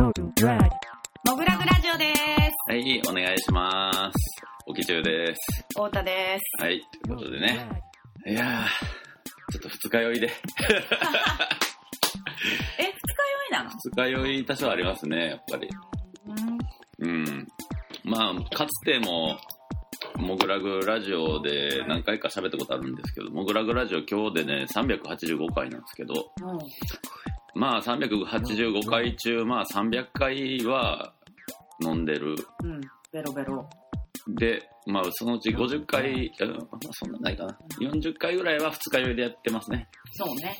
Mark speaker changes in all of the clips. Speaker 1: もぐらぐラジオです。
Speaker 2: はい、お願いします。おきちゅうです。
Speaker 1: 太田です。
Speaker 2: はい、ということでね。いやー、ちょっと二日酔いで。
Speaker 1: え、二日酔いなの
Speaker 2: 二日酔い多少ありますね、やっぱり。
Speaker 1: うん。
Speaker 2: うん。まあ、かつても、モグラグラジオで何回か喋ったことあるんですけど、モグラグラジオ今日でね、385回なんですけど、
Speaker 1: もう
Speaker 2: まあ385回中、まあ300回は飲んでる。
Speaker 1: うん。ベロベロ。
Speaker 2: で、まあそのうち50回、うんまあそんなないかな。40回ぐらいは二日酔いでやってますね。
Speaker 1: そうね。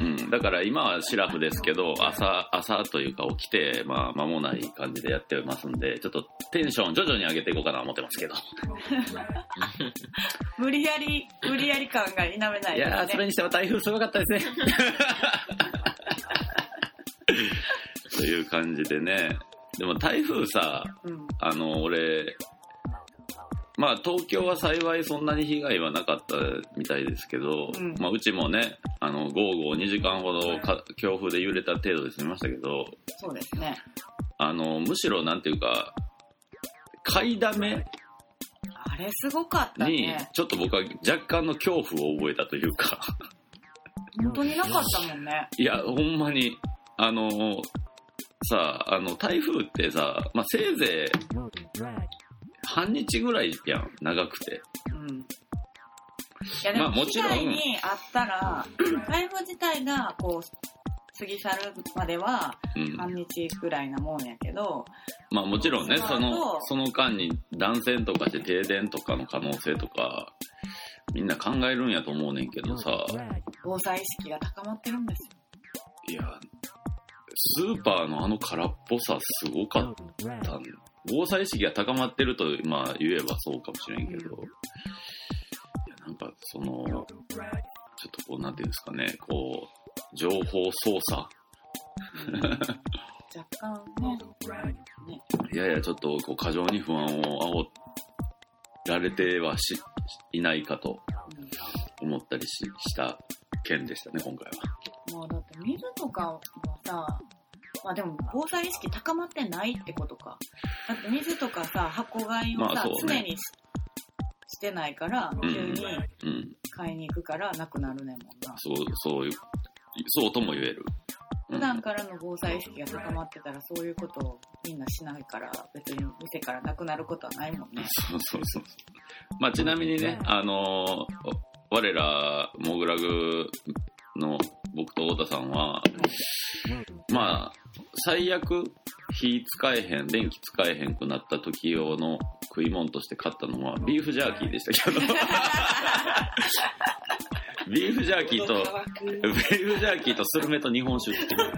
Speaker 2: うん。だから今はシラフですけど、朝、朝というか起きて、まあ間もない感じでやってますんで、ちょっとテンション徐々に上げていこうかな思ってますけど。
Speaker 1: 無理やり、無理やり感が否めないですね。
Speaker 2: いやー、それにしては台風すごかったです ね。という感じでね。でも台風さ、
Speaker 1: うん。
Speaker 2: あの、俺、まあ東京は幸いそんなに被害はなかったみたいですけど、
Speaker 1: うん
Speaker 2: まあうちもね、あの、午後2時間ほどか強風で揺れた程度で済みましたけど、
Speaker 1: そうですね。
Speaker 2: あの、むしろなんていうか、買いだめ
Speaker 1: あれすごかった
Speaker 2: に
Speaker 1: ね。
Speaker 2: ちょっと僕は若干の恐怖を覚えたというか、
Speaker 1: 本当になかったもんね。
Speaker 2: いや、ほんまに、あの、さあ、あの、台風ってさ、まあ、せいぜい半日ぐらいやん、長くて。
Speaker 1: うん。いやでも、
Speaker 2: まあも
Speaker 1: 被
Speaker 2: ちろん
Speaker 1: 害にあった ら、台風自体が、こう、過ぎ去るまでは
Speaker 2: うん。
Speaker 1: 半日くらいなもんやけど、
Speaker 2: まあ、もちろんね、
Speaker 1: そ
Speaker 2: そ
Speaker 1: の後
Speaker 2: の、その間に断線とかして停電とかの可能性とか、みんな考えるんやと思うねんけどさ、
Speaker 1: 防災意識が高まってるんですよ。
Speaker 2: いや、スーパーのあの空っぽさすごかっ
Speaker 3: った
Speaker 2: んよ防災意識が高まってると、まあ、言えばそうかもしれんけど、いや、なんか、その、ちょっとこう、なんていうんですかね、こう、情報操作
Speaker 1: うん若干ね、
Speaker 2: いやいや、ちょっと、こう、過剰に不安を煽られてはし、いないかと思ったりしした件でしたね、今回は。
Speaker 1: うんもうだって水とかもさ、まあでも防災意識高まってないってことか。だって水とかさ、箱買いをさ、
Speaker 2: まあそう
Speaker 1: 常
Speaker 2: ね
Speaker 1: にししてないから、
Speaker 2: ん
Speaker 1: 急に
Speaker 2: うん。
Speaker 1: 買いに行くからなくなるねんもんな。
Speaker 2: そう、そういう、そうとも言える。うん
Speaker 1: 普段からの防災意識が高まってたらそういうことをみんなしないから別に店からなくなることはないもんね。
Speaker 2: そうそうそう。まあ、ちなみにね、あのー我ら、モグラグの僕と太田さんは、まあ、最悪、火使えへん、電気使えへんくなった時用の食い物として買ったのは、ビーフジャーキーでした けど。ビーフジャーキーと、ビーフジャーキーとスルメと日本酒っていう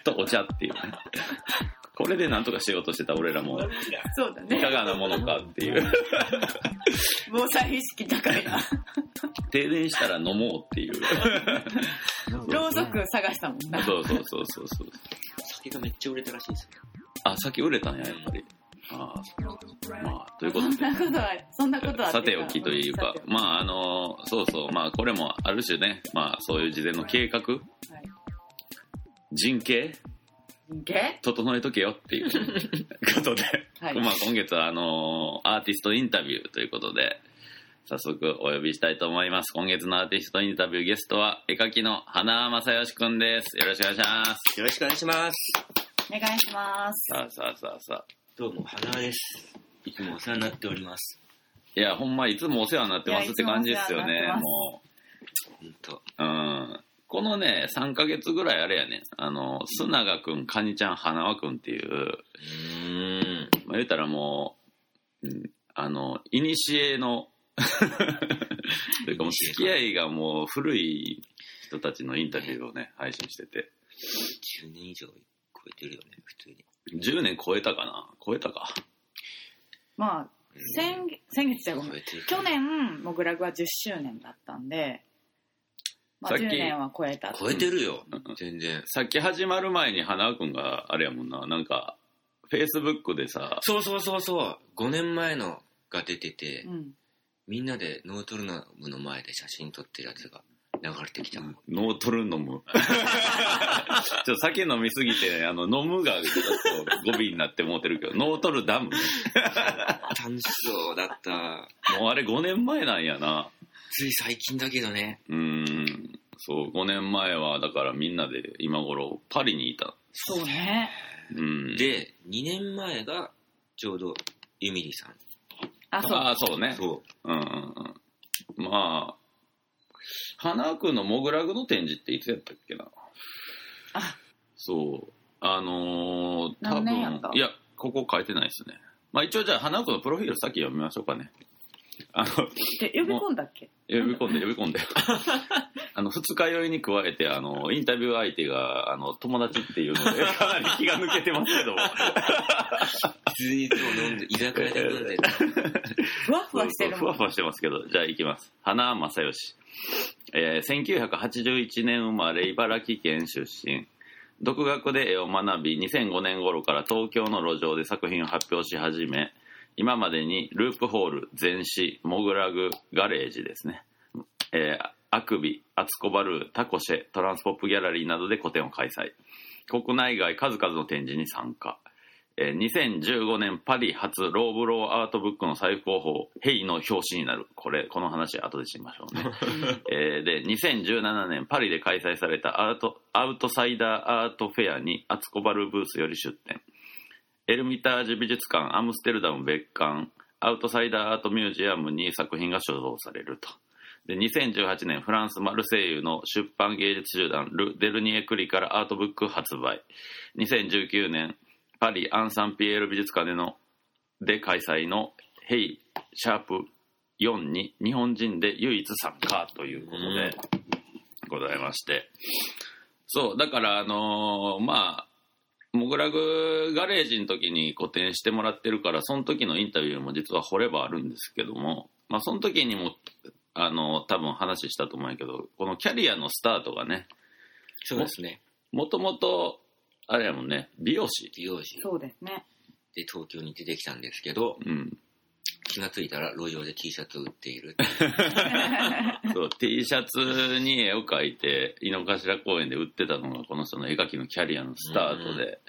Speaker 2: とお茶っていうね。これでなんとかしようとしてた俺らも、
Speaker 1: そうだ
Speaker 2: いか
Speaker 1: ね。
Speaker 2: がなものかっていう。
Speaker 1: 防災意識高いな。
Speaker 2: 停電したら飲もうって いう。
Speaker 1: ろうそく探したもんな。
Speaker 2: そうそうそうそうそう。
Speaker 3: 酒がめっちゃ売れたらしいですよ。
Speaker 2: あ、先売れたんや、やっぱり。ああ、そうかまあ、ということで
Speaker 1: そん。なことは、そんなことは。
Speaker 2: さておきという
Speaker 1: さ
Speaker 2: か
Speaker 1: て、おき
Speaker 2: まああの、そうそう、まあこれもある種ね、まあそういう事前の計画、
Speaker 1: はい
Speaker 2: 人形、
Speaker 1: 人間
Speaker 2: 整えとけよっていうことで、
Speaker 1: はい
Speaker 2: まあ今月はあの、アーティストインタビューということで、早速お呼びしたいと思います。今月のアーティストインタビューゲストは、絵描きの花正義くんです。よろしくお願いします。
Speaker 3: よろしくお願いします。
Speaker 1: お願いします。
Speaker 2: さあさあさあさあ。
Speaker 3: どうも、花輪です。いつもお世話になっております。
Speaker 2: いや、ほんまいつもお世話になってますって感じですよ
Speaker 1: いやいつ
Speaker 2: ね
Speaker 1: もお世話になってま、す
Speaker 2: もう。
Speaker 3: ほん
Speaker 2: う
Speaker 3: と。
Speaker 2: んこのね、3ヶ月ぐらいあれやね、あの、須永くん、カニちゃん、花輪くんっていう、
Speaker 3: うーん。
Speaker 2: まあ、言うたらもう、うん、あの、いにしえの、というかもう付き合いがもう古い人たちのインタビューをね、配信してて、
Speaker 3: 10年以上超えてるよね、普通に。
Speaker 2: 10年超えたかな超えたか。
Speaker 1: まあ、先月、先月じゃごめん
Speaker 3: 超。えてる。
Speaker 1: 去年、モグラグは10周年だったんで、まあ
Speaker 2: さっき
Speaker 1: 10年は超えた。
Speaker 3: 超えてるよ
Speaker 2: うん。
Speaker 3: 全然。
Speaker 2: さっき始まる前に花輪くんが、あれやもんな、なんか、 Facebook でさ、
Speaker 3: そうそうそうそう。5年前のが出てて、
Speaker 1: うん。
Speaker 3: みんなでノートルナムの前で写真撮ってるやつが流れてきた。
Speaker 2: ノートル飲む。 ちょっと酒飲みすぎて、あの、飲むがちょっと語尾になってもうてるけど、ノートルダム。
Speaker 3: 楽しそうだった。
Speaker 2: もうあれ5年前なんやな。
Speaker 3: つい最近だけどね。
Speaker 2: うーん。そう、5年前は、だからみんなで今頃パリにいた。
Speaker 1: そうね。
Speaker 2: うん。、
Speaker 3: で、2年前がちょうどユミリさん。
Speaker 1: あ、そう。
Speaker 2: ああ、そうね。
Speaker 3: そう。
Speaker 2: うんうんうん。まあ、花君のモグラグの展示っていつやったっけな。
Speaker 1: あ
Speaker 2: そう。あのー、多
Speaker 1: 何年やった
Speaker 2: 分いや、ここ書いてないですね。まあ一応じゃあ花君のプロフィール先読みましょうかね。あの、
Speaker 1: で、呼び込んだっけ
Speaker 2: 呼び込んで、呼び込んで。 あの、二日酔いに加えて、あの、インタビュー相手が、あの、友達っていうので、かなり気が抜けてますけども。
Speaker 3: 普通にい つも飲んで、居酒屋で飲んで た。
Speaker 1: ふわふわしてる
Speaker 2: ふ
Speaker 1: も
Speaker 2: わ
Speaker 1: ん。
Speaker 2: ふわしてますけど、じゃあ行きます。花正義。えー1981年生まれ、茨城県出身。独学で絵を学び、2005年頃から東京の路上で作品を発表し始め、今までにループホール、全紙、モグラグ、ガレージですね。えーあくび、アツコバルー、タコシェ、トランスポップギャラリーなどで個展を開催。国内外数々の展示に参加。えー2015年パリ発ローブローアートブックの最高峰「ヘイ」の表紙になるこれこの話後でしましょうね、えーで2017年パリで開催されたアートアウトサイダーアートフェアにアツコバルブースより出展エルミタージュ美術館アムステルダム別館アウトサイダーアートミュージアムに作品が所蔵されるとで2018年フランス・マルセイユの出版芸術集団ル・デルニエ・クリからアートブック発売2019年パリ・アン・サン・ピエール美術館でので開催の「ヘイ・シャープ4」に日本人で唯一参加ということでございまして、そうだからあのーまあモグラグガレージの時に個展してもらってるからその時のインタビューも実は掘ればあるんですけどもまあその時にもあの多分話したと思うんやけどこのキャリアのスタートがね
Speaker 3: そうですね。
Speaker 2: もともとあれやもんね美容師
Speaker 3: 美容師
Speaker 1: そうですね。
Speaker 3: で東京に出てきたんですけど、
Speaker 2: うん
Speaker 3: 気がついたら路上で T シャツを売っている。
Speaker 2: そう T シャツに絵を描いて井の頭公園で売ってたのがこの人の絵描きのキャリアのスタートで、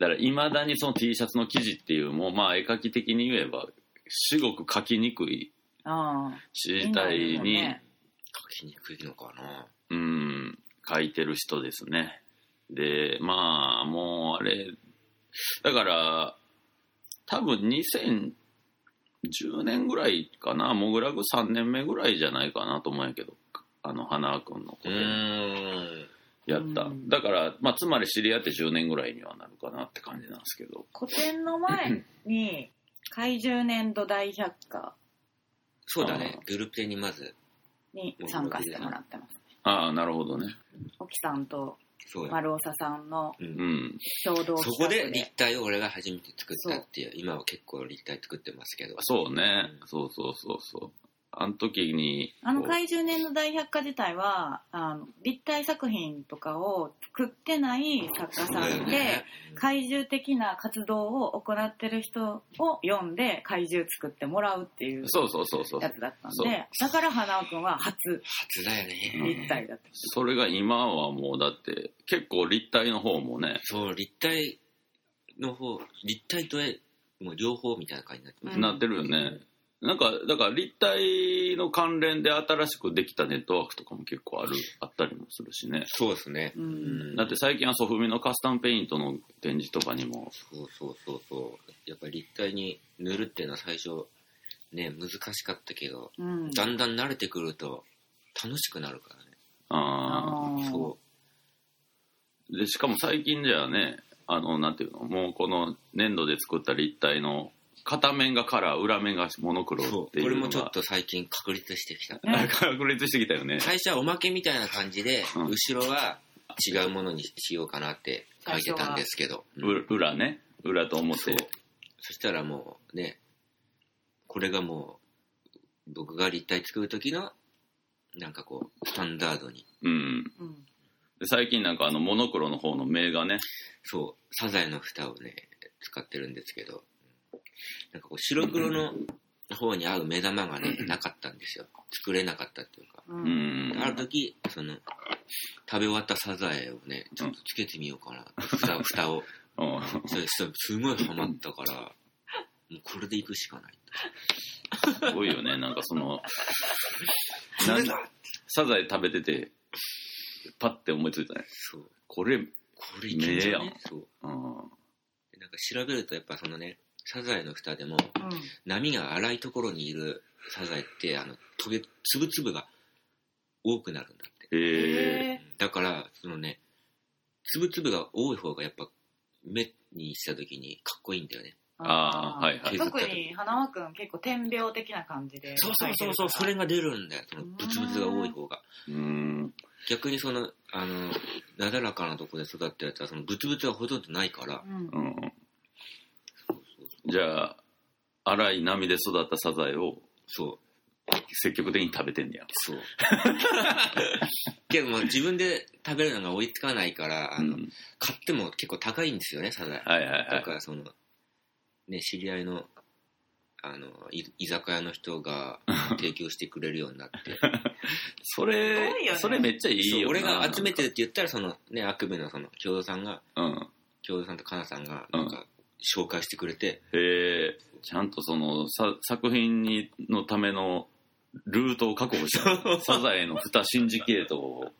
Speaker 2: だからいまだにその T シャツの生地っていうもうまあ絵描き的に言えば至極描きにくい
Speaker 1: ああ。
Speaker 2: 死体
Speaker 1: 今
Speaker 2: に、
Speaker 1: でもね
Speaker 3: 書きにくいのかな
Speaker 2: うん描いてる人ですねでまあもうあれだから多分2010年ぐらいかなモグラグ3年目ぐらいじゃないかなと思うんやけどあの花輪君のこ
Speaker 3: う
Speaker 2: と
Speaker 3: ん。
Speaker 2: やった、
Speaker 1: うん
Speaker 2: だから、まあ、つまり知り合って10年ぐらいにはなるかなって感じなんですけど
Speaker 1: 古典の前に、怪獣年度大百科
Speaker 3: そうだね。グループ展にまず、
Speaker 1: に参加してもらってます。
Speaker 2: ああなるほどね
Speaker 1: 沖さんと
Speaker 3: そうだ、
Speaker 1: 丸尾さんの
Speaker 3: う
Speaker 2: うんん
Speaker 1: 共同
Speaker 3: そこ
Speaker 1: 企
Speaker 3: で
Speaker 1: 画で
Speaker 3: 立体を俺が初めて作ったっていう、今は結構立体作ってますけど。
Speaker 2: そうねそうそうそうそうあの時に
Speaker 1: あの
Speaker 2: こう
Speaker 1: 怪獣年の大百科自体はあの立体作品とかを作ってない作家
Speaker 3: そう
Speaker 1: さ
Speaker 3: だよ
Speaker 1: んで、
Speaker 3: ね。
Speaker 1: 怪獣的な活動を行ってる人を読んで怪獣作ってもらうっていう
Speaker 2: そうそうそうそう
Speaker 1: やつだったん
Speaker 2: そう
Speaker 1: でだから花尾くんは初
Speaker 3: 初だよね。
Speaker 1: 立体だった、
Speaker 2: それが今はもうだって結構立体の方もね、
Speaker 3: そう、立体の方、立体と絵、もう両方みたいな感じになってます。
Speaker 1: うん
Speaker 2: なってるよねなんかだから立体の関連で新しくできたネットワークとかも結構あるあったりもするしね
Speaker 3: そうですね。
Speaker 1: うん
Speaker 2: だって最近はソフミのカスタムペイントの展示とかにも
Speaker 3: そうそうそうそう。やっぱり立体に塗るっていうのは最初、ね、難しかったけど、
Speaker 1: うん
Speaker 3: だんだん慣れてくると、楽しくなるからね。
Speaker 2: あ
Speaker 1: あ
Speaker 2: ー
Speaker 1: ー
Speaker 3: そ
Speaker 2: でしかも最近じゃあねあのなんていうのもうこの粘土で作った立体の片面がカラー裏面がモノク
Speaker 3: う。
Speaker 2: ロ
Speaker 3: そ
Speaker 2: っ
Speaker 3: う。
Speaker 2: てい
Speaker 3: これ
Speaker 2: う
Speaker 3: も
Speaker 2: の
Speaker 3: ちょっ
Speaker 2: が
Speaker 3: と最近確立してきた。
Speaker 1: ね
Speaker 2: 確立してきたよね
Speaker 3: 最初はおまけみたいな感じで、
Speaker 2: うん
Speaker 3: 後ろは違うものにしようかなって書いてたんですけど、うん
Speaker 2: う裏ね裏と表
Speaker 3: そしたらもうね、これがもう、僕が立体作る時の、なんかこう、スタンダードに。
Speaker 2: うん
Speaker 1: うん
Speaker 2: で最近なんかあのモノクロの方の名がね
Speaker 3: そう、サザエの蓋をね、使ってるんですけど、なんかこう白黒の方に合う目玉がね、なかったんですよ。作れなかったっていうか。
Speaker 1: う。
Speaker 2: うんん。
Speaker 3: ある時、その、食べ終わったサザエをね、ちょっとつけてみようかなって。蓋を、蓋を。
Speaker 2: うん
Speaker 3: それそれすごいハマったから、もうこれで行くしかない。
Speaker 2: すごいよね、なんかそ の、
Speaker 3: そ
Speaker 2: な
Speaker 3: れ
Speaker 2: ん
Speaker 3: だ
Speaker 2: サザエ食べてて、パッて思いついたね。
Speaker 3: そう。
Speaker 2: これ、
Speaker 3: これいけんじゃ
Speaker 2: ねえ
Speaker 3: ね
Speaker 2: や
Speaker 3: そ
Speaker 2: う
Speaker 3: う。
Speaker 2: ん。
Speaker 3: でなんか調べるとやっぱそのね、サザエの蓋でも、
Speaker 1: うん。
Speaker 3: 波が荒いところにいるサザエって、あの、飛べ、粒々が多くなるんだって。
Speaker 2: え
Speaker 1: へ
Speaker 3: だから、そのね、粒々が多い方がやっぱ、目にした時にかっこいいんだよね。
Speaker 1: ー
Speaker 2: あーはいはい
Speaker 1: 特に花輪くん結構天病的な感じで。
Speaker 3: そうそうそうそう、それが出るんだよ。その、ブツブツが多い方が。
Speaker 2: ー。うん。
Speaker 3: 逆にその、あの、なだらかなとこで育ったやつは、その、ブツブツがほとんどないから
Speaker 1: う、ん。
Speaker 2: うん。じゃあ、荒い波で育ったサザエを
Speaker 3: そう、
Speaker 2: 積極的に食べてんねや。
Speaker 3: そう。 けどもう自分で食べるのが追いつかないから、あの、
Speaker 2: うん
Speaker 3: 買っても結構高いんですよね、サザエ。
Speaker 2: はいはいは
Speaker 3: だ
Speaker 2: い。
Speaker 3: からその、ね、知り合いの、あの、い居酒屋の人 が提供してくれるようになって。
Speaker 1: す
Speaker 2: そ
Speaker 1: ごい
Speaker 2: れ、
Speaker 1: よね
Speaker 2: それめっちゃいい
Speaker 3: そう
Speaker 2: よな。
Speaker 3: 俺が集めてるって言ったら、そのね、悪夢のその、京都さんが、
Speaker 2: うん。
Speaker 3: 京都さんとかなさんが、なんか、紹介してくれて、
Speaker 2: えー、ちゃんとそのさ作品にのためのルートを確保したのサザエの蓋シンジケートを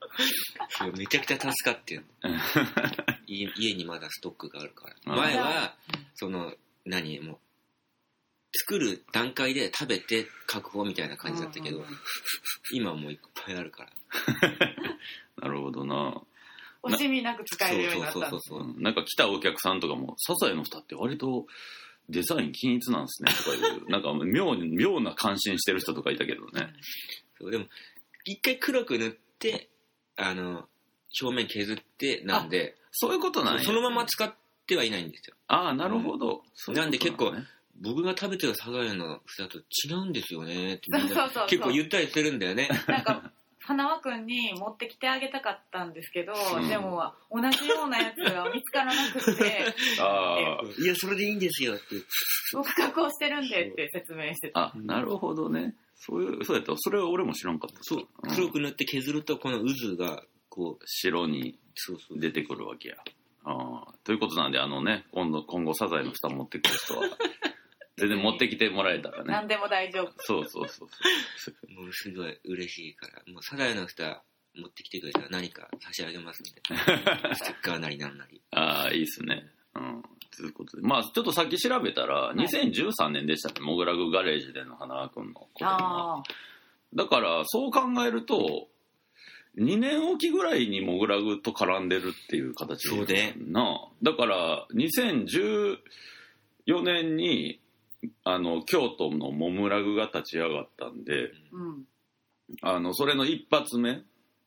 Speaker 3: そうめちゃくちゃ助かってる 家家にまだストックがあるから。
Speaker 2: うん
Speaker 3: 前は、その、何、もう、作る段階で食べて確保みたいな感じだったけ
Speaker 1: うん
Speaker 3: ど
Speaker 1: うん、
Speaker 3: 今はもういっぱいあるから。
Speaker 2: なるほどな、
Speaker 1: 惜しみなく使えるようになった
Speaker 3: そうそうそうそう。
Speaker 2: うん、なんか来たお客さんとかも「サザエの蓋って割とデザイン均一なんですね」とかいうなんか妙に妙な感心してる人とかいたけどね
Speaker 3: そうでも一回黒く塗ってあの表面削ってなんで
Speaker 2: そういうことなんや
Speaker 3: そのまま使ってはいないんですよ
Speaker 2: ああなるほど、そういうこと
Speaker 3: なんで結構
Speaker 2: ね
Speaker 3: 僕が食べてるサザエの蓋と違うんですよねってみ
Speaker 1: そうんそ
Speaker 3: な
Speaker 1: うそう。
Speaker 3: 結構言ったりするんだよね
Speaker 1: なんか、花輪くんに持ってきてあげたかったんですけど、
Speaker 2: うん
Speaker 1: でも、同じようなやつが見つからなくて、
Speaker 2: あー
Speaker 3: いやそれでいいんですよって
Speaker 1: 僕加工してるんでって説明してた。
Speaker 2: あなるほどねそういうそうやったそれは俺も知らんかった
Speaker 3: そう
Speaker 2: うん
Speaker 3: 黒く塗って削るとこの渦がこう
Speaker 2: 白に
Speaker 3: そうそう
Speaker 2: 出てくるわけや。あーということなんで、あのね、今度、今後、サザエの蓋持ってくる 人は、全然持ってきてもらえたらね。
Speaker 1: 何でも大丈夫。
Speaker 2: そうそうそうそう。
Speaker 3: もうすごい嬉しいからもうサザエの蓋持ってきてくれたら何か差し上げますみたいなステッカーなりなんなり
Speaker 2: ああ、いいっすね。うん。ということで、まあ、ちょっとさっき調べたら、
Speaker 1: い
Speaker 2: 2013年でしたね、モグラグガレージでの花輪くんの子供が。
Speaker 1: あ
Speaker 2: だから、そう考えると、2年おきぐらいにモグラグと絡んでるっていう形
Speaker 3: そうね
Speaker 2: なあだから2014年にあの京都のモムラグが立ち上がったんで
Speaker 1: あ、うん。
Speaker 2: あのそれの一発目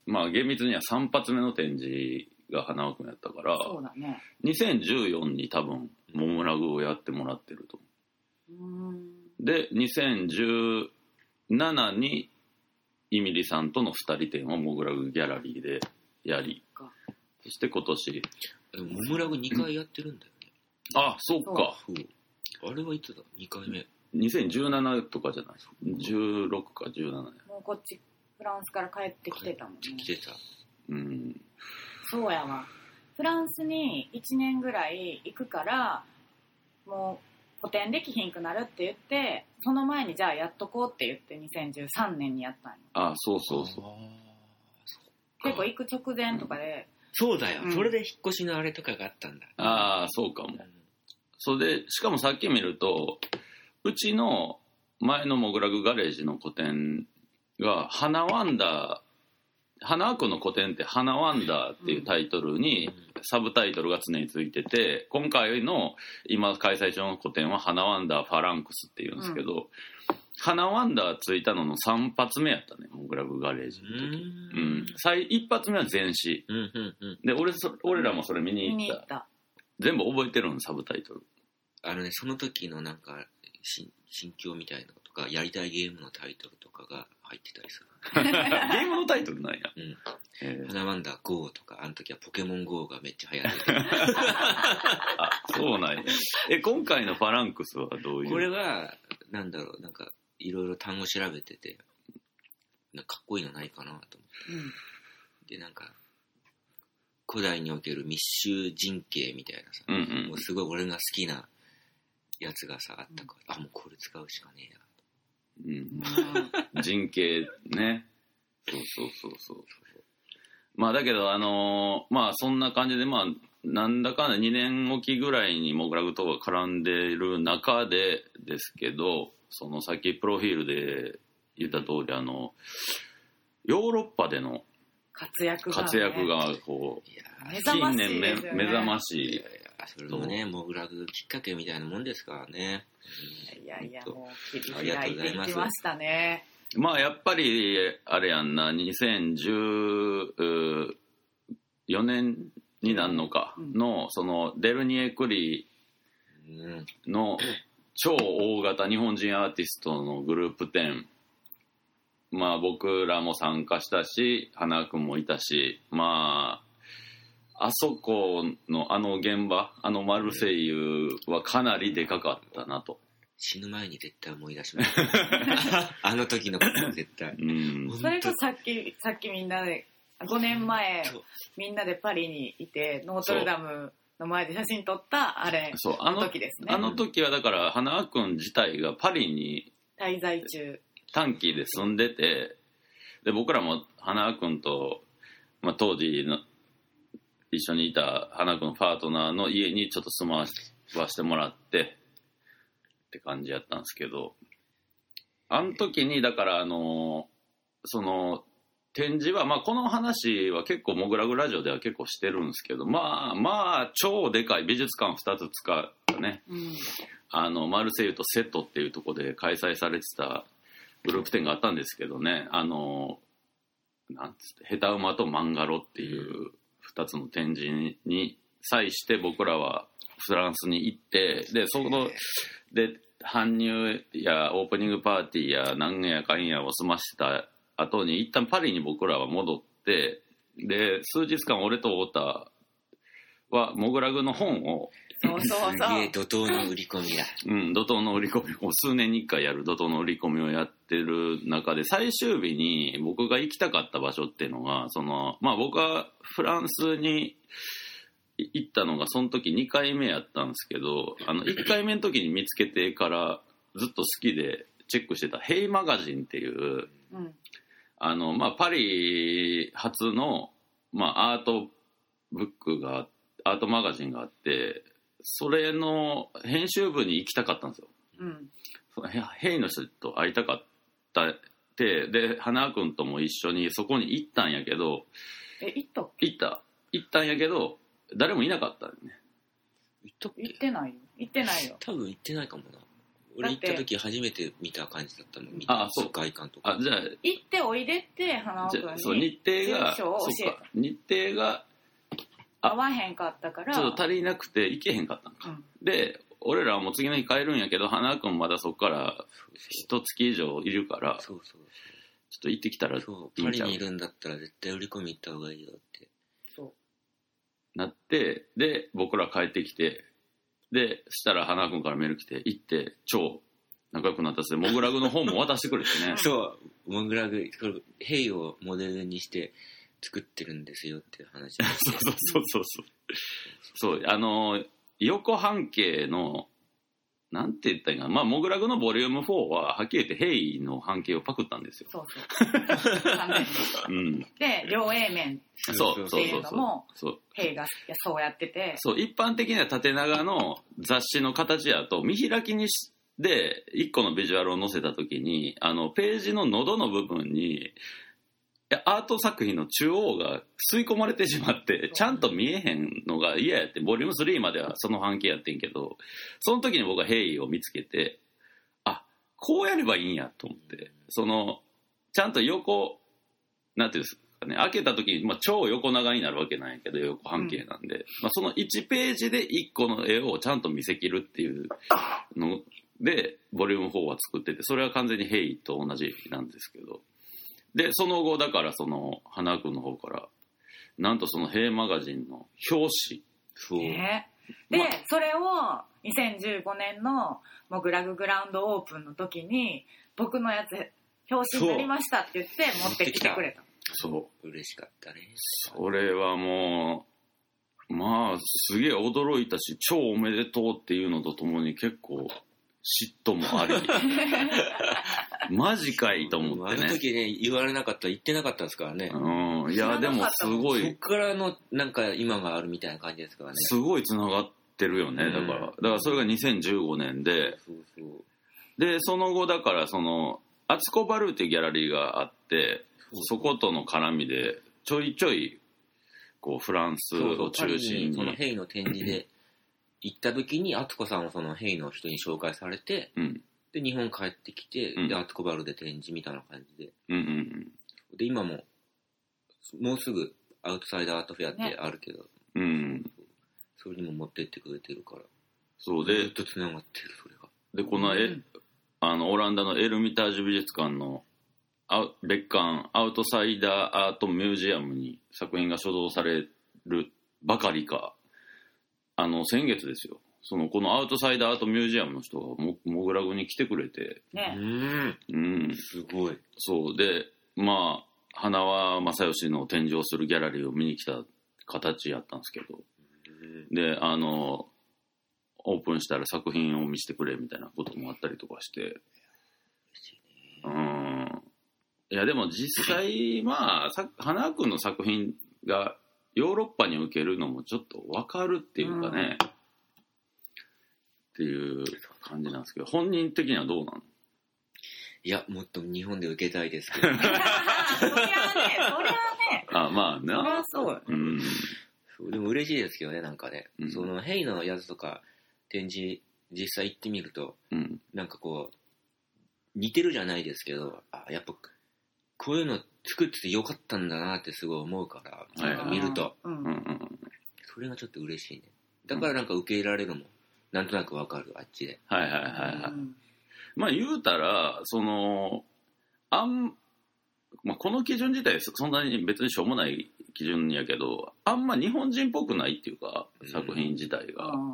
Speaker 2: まあ厳密には3発目の展示が花輪君やったから
Speaker 1: そうだね。
Speaker 2: 2014に多分モムラグをやってもらってると思う
Speaker 1: うーん。
Speaker 2: で2017にイミリさんとの2人展をモグラグギャラリーでやり
Speaker 1: そっか
Speaker 2: そして今年
Speaker 3: でもモムラグ2回やってるんだよね
Speaker 2: あそっか
Speaker 3: そうあれはいつだ2回目
Speaker 2: 2017とかじゃない16か17や
Speaker 1: もうこっち、フランスから帰ってきてたもんね。
Speaker 3: 来てた
Speaker 2: うん
Speaker 1: そうやわ。フランスに1年ぐらい行くから、もう補填できひんくなるって言って、その前にじゃあやっとこうって言って2013年にやったんよ。
Speaker 2: あそうそうそう
Speaker 1: 結構行く直前とかで、
Speaker 3: そうだよ、
Speaker 1: うん
Speaker 3: それで引っ越しのあれとかがあったんだ
Speaker 2: ああそうかもそれでしかもさっき見るとうちの前のモグラグガレージの個展が「花ワンダー」花アクの個展って「花ワンダー」っていうタイトルにサブタイトルが常についてて今回の今開催中の個展は「花ワンダーファランクス」っていうんですけど「花ワンダー」ついたのの3発目やったねモグラグガレージ
Speaker 3: う
Speaker 2: の時。うんん、最1発目は全詩
Speaker 3: うんうんうん
Speaker 2: で俺そ俺らもそれ見
Speaker 1: 見
Speaker 2: に
Speaker 1: に
Speaker 2: 行
Speaker 1: 行
Speaker 2: っ
Speaker 1: ったた。
Speaker 2: 全部覚えてるのサブタイトル
Speaker 3: あのねその時のなんかし心境みたいなのとかやりたいゲームのタイトルとかが入ってたりする。
Speaker 2: ゲームのタイトルなんや。
Speaker 3: うん
Speaker 2: えー
Speaker 3: 花ワンダー GO とか、あの時はポケモン GO がめっちゃ流行っ てて。
Speaker 2: あ、そうなんや。え、今回のファランクスはどういう
Speaker 3: これは、なんだろう、なんか、いろいろ単語調べてて、なんかかっこいいのないかなと思って。で、なんか、古代における密集人形みたいなさ、
Speaker 2: うんうん
Speaker 3: もうすごい俺が好きなやつがさ、あったから、あ、もうこれ使うしかねえな。
Speaker 2: うん、
Speaker 1: うん
Speaker 2: 人形ね。そうそうそうそう。まあだけど、あのーまあそんな感じで、まあ、なんだかんだ2年おきぐらいにモグラグとが絡んでる中でですけど、そのさっきプロフィールで言った通り、あの、ヨーロッパでの
Speaker 1: 活躍が、ね、
Speaker 2: 活躍が、こ
Speaker 3: いや
Speaker 1: 目覚
Speaker 3: ー
Speaker 1: ま
Speaker 2: う、
Speaker 1: しいです
Speaker 2: 近
Speaker 1: よね
Speaker 2: 年め目覚まし
Speaker 3: いやい
Speaker 2: い
Speaker 3: や、それもね、モグラグきっかけみたいなもんですからね。
Speaker 1: いやいや
Speaker 3: ほんと
Speaker 1: もう切り開いていきましたね
Speaker 2: まあやっぱりあれやんな2014年になんのか
Speaker 1: うん
Speaker 2: のそのデルニエクリ
Speaker 3: うん。
Speaker 2: の超大型日本人アーティストのグループ展まあ僕らも参加したし花輪君もいたしまああそこのあの現場あのマルセイユはかなりでかかったなと。
Speaker 3: 死ぬ前に絶対思い出 します。あの時のことは絶対。
Speaker 2: うん
Speaker 3: ほんと
Speaker 1: それこそさっきさっきみんなで5年前
Speaker 3: そう
Speaker 1: みんなでパリにいてノートルダムの前で写真撮ったあれ
Speaker 2: そうあ
Speaker 1: の
Speaker 2: の
Speaker 1: 時ですね
Speaker 2: あの時はだから花輪君自体がパリに
Speaker 1: 滞在中
Speaker 2: 短期で住んでてで僕らも花輪君と、まあ、当時の一緒にいた花輪君のパートナーの家にちょっと住まわしてもらってって感じやったんですけどあの時にだからあのその展示は、まあ、この話は結構「モグラグラジオ」では結構してるんですけどまあまあ超でかい美術館2つ使ったね
Speaker 1: うん
Speaker 2: あのマルセイユとセットっていうところで開催されてたグループ展があったんですけどねあのなんつってヘタウマとマンガロっていう2つの展示に際して僕らはフランスに行ってでそので搬入やオープニングパーティーや何やかんやを済ませた後に一旦パリに僕らは戻ってで数日間俺と太田はモグラグの本を
Speaker 1: そうそう
Speaker 3: す
Speaker 1: そ
Speaker 3: げえ
Speaker 1: う
Speaker 3: 怒涛の売り込みだ。
Speaker 2: うん、怒涛の売り込みを数年に1回やる怒涛の売り込みをやってる中で最終日に僕が行きたかった場所っていうのがその、まあ、僕はフランスにい行ったのがその時2回目やったんですけどあの1回目の時に見つけてからずっと好きでチェックしてた「ヘイマガジン」っていう
Speaker 1: うん
Speaker 2: あの、まあ、パリ初の、まあ、アートブックがアートマガジンがあってそれの編集部に行きたかったんですよ。
Speaker 1: うん
Speaker 2: そのへヘイの人と会いたかったってで花輪君とも一緒にそこに行ったんやけど
Speaker 1: え行った
Speaker 2: 行った行ったんやけど誰もいなかったよね
Speaker 3: 行ったっけ
Speaker 1: 行ってないよ行ってないよ
Speaker 3: 多分行ってないかもな。俺行った時初めて見た感じだったの。見
Speaker 2: あ
Speaker 3: た
Speaker 2: そう
Speaker 3: 外観とか。
Speaker 2: あじゃ
Speaker 1: 行っておいでって花
Speaker 2: あ
Speaker 1: 輪
Speaker 2: じ
Speaker 1: 君
Speaker 2: ゃあ
Speaker 1: に
Speaker 2: そう日程が
Speaker 1: 住所を教え
Speaker 2: そうか日程があ
Speaker 1: 会わへんかったから
Speaker 2: ちょっと足りなくて行けへんかったんか、で俺らはもう次の日帰るんやけど花輪君まだそこから一月以上いるからちょ
Speaker 3: そうそう
Speaker 2: っと行ってきたら
Speaker 3: そう。そ
Speaker 2: いい
Speaker 3: う、パ
Speaker 2: んち
Speaker 3: リ
Speaker 2: ゃう
Speaker 3: にいるんだったら絶対売り込み行った方がいいよって。
Speaker 1: そう
Speaker 2: なってで僕ら帰ってきてでしたら花輪君からメール来て行って超仲良くなったっすねモグラグの本も渡してくれて ね
Speaker 3: そう、モグラグ、これ、ヘイをモデルにして作ってるんですよっていう話。
Speaker 2: そうそうそうそうそうあの横半径のなんて言ったらいいかなまあモグラグのボリューム4ははっきり言ってヘイの半径をパクったんですよ、
Speaker 1: そうそう完全に
Speaker 2: うん、
Speaker 1: で両 A 面
Speaker 2: そう
Speaker 1: って
Speaker 2: そう
Speaker 1: い
Speaker 2: そうう
Speaker 1: の
Speaker 2: そう
Speaker 1: も
Speaker 2: そう
Speaker 1: 兵がいやそうやってて
Speaker 2: そう一般的には縦長の雑誌の形やと見開きにしで1個のビジュアルを載せた時にあのページの喉の部分にいやアート作品の中央が吸い込まれてしまってちゃんと見えへんのが嫌やってボリューム3まではその半径やってんけどその時に僕はヘイを見つけてあこうやればいいんやと思ってそのちゃんと横なんていうんですかね開けた時に、まあ、超横長になるわけなんやけど横半径なんで、まあ、その1ページで1個の絵をちゃんと見せきるっていうのでボリューム4は作っててそれは完全にヘイと同じなんですけどで、その後、だから、その、花君の方から、なんとその、ヘイマガジンの表紙。
Speaker 3: そう。
Speaker 1: ね
Speaker 2: ま
Speaker 1: で、それを2015年のモグラググラウンドオープンの時に僕のやつ表紙になりましたって言って持ってきてくれた
Speaker 2: そう。
Speaker 3: 嬉しかったね。
Speaker 2: それはもう、まあ、すげえ驚いたし、超おめでとうっていうのとともに結構、嫉妬もあり、 マジかいと思って
Speaker 3: あの
Speaker 2: ね。
Speaker 3: 時ね、言われなかったら言ってなかったですからね。
Speaker 2: うん、いや、でもすご
Speaker 3: そっ
Speaker 2: い、
Speaker 3: からの、なんか今があるみたいな感じですからね。
Speaker 2: すごい繋がってるよね、
Speaker 3: うん
Speaker 2: だから。だからそれが2015年で、
Speaker 3: そうそう。
Speaker 2: で、その後、だからその、アツコバルーってギャラリーがあって、そことの絡みで、ちょいちょい、こう、フランス
Speaker 3: そうそ
Speaker 2: を
Speaker 3: うパ
Speaker 2: 中
Speaker 3: リ
Speaker 2: 心
Speaker 3: にその
Speaker 2: に、
Speaker 3: ヘイの展示で行った時に、アツコさんをそのヘイの人に紹介されて、
Speaker 2: うん、
Speaker 3: で、日本帰ってきて、
Speaker 2: うん
Speaker 3: で、アツコバルで展示みたいな感じで。
Speaker 2: うん、うんうん。
Speaker 3: で、今も、もうすぐアウトサイダーアートフェアって
Speaker 1: ね
Speaker 3: あるけど、
Speaker 2: うん
Speaker 3: それにも持ってってくれてるから。
Speaker 2: そう
Speaker 3: ず
Speaker 2: で
Speaker 3: っ、と繋がってる、それが。
Speaker 2: で、この、え
Speaker 1: うん
Speaker 2: あの、オランダのエルミタージュ美術館の、あ別館、アウトサイダーアートミュージアムに作品が所蔵されるばかりか、あの、先月ですよ。その、このアウトサイダーアートミュージアムの人がモ、モグラグに来てくれて、
Speaker 1: ね
Speaker 3: うん、
Speaker 2: うん、
Speaker 3: すごい。
Speaker 2: そうで、まあ、花輪正義の展示をするギャラリーを見に来た形やったんですけど、で、あの、オープンしたら作品を見せてくれみたいなこともあったりとかして、うん。いや、でも実際、まあ、さ花君の作品がヨーロッパに受けるのもちょっとわかるっていうかね、っていう感じなんですけど、本人的にはどうなの
Speaker 3: いや、もっと日本で受けたいで すけど。
Speaker 1: そりゃねそりゃね
Speaker 2: あ、まあ
Speaker 1: そりゃ
Speaker 2: な。
Speaker 1: そうよ
Speaker 2: うん。
Speaker 3: そうでも嬉しいですけどね、なんかね。
Speaker 2: うん
Speaker 3: その、ヘイのやつとか、展示、実際行ってみると、
Speaker 2: うん。
Speaker 3: なんかこう、似てるじゃないですけど、あ、やっぱ、こういうの作っててよかったんだなってすごい思うから、
Speaker 2: はい
Speaker 3: なんか見ると、
Speaker 1: うん
Speaker 2: うんうん。
Speaker 3: それがちょっと嬉しいね。だからなんか受け入れられるもん。なんとなくわかる、あっちで。
Speaker 2: はいはいはいはい。まあ言うたら、その、あん、まあこの基準自体そんなに別にしょうもない基準やけど、あんま日本人っぽくないっていうか
Speaker 3: う、ん
Speaker 2: 作品自体が。
Speaker 1: うん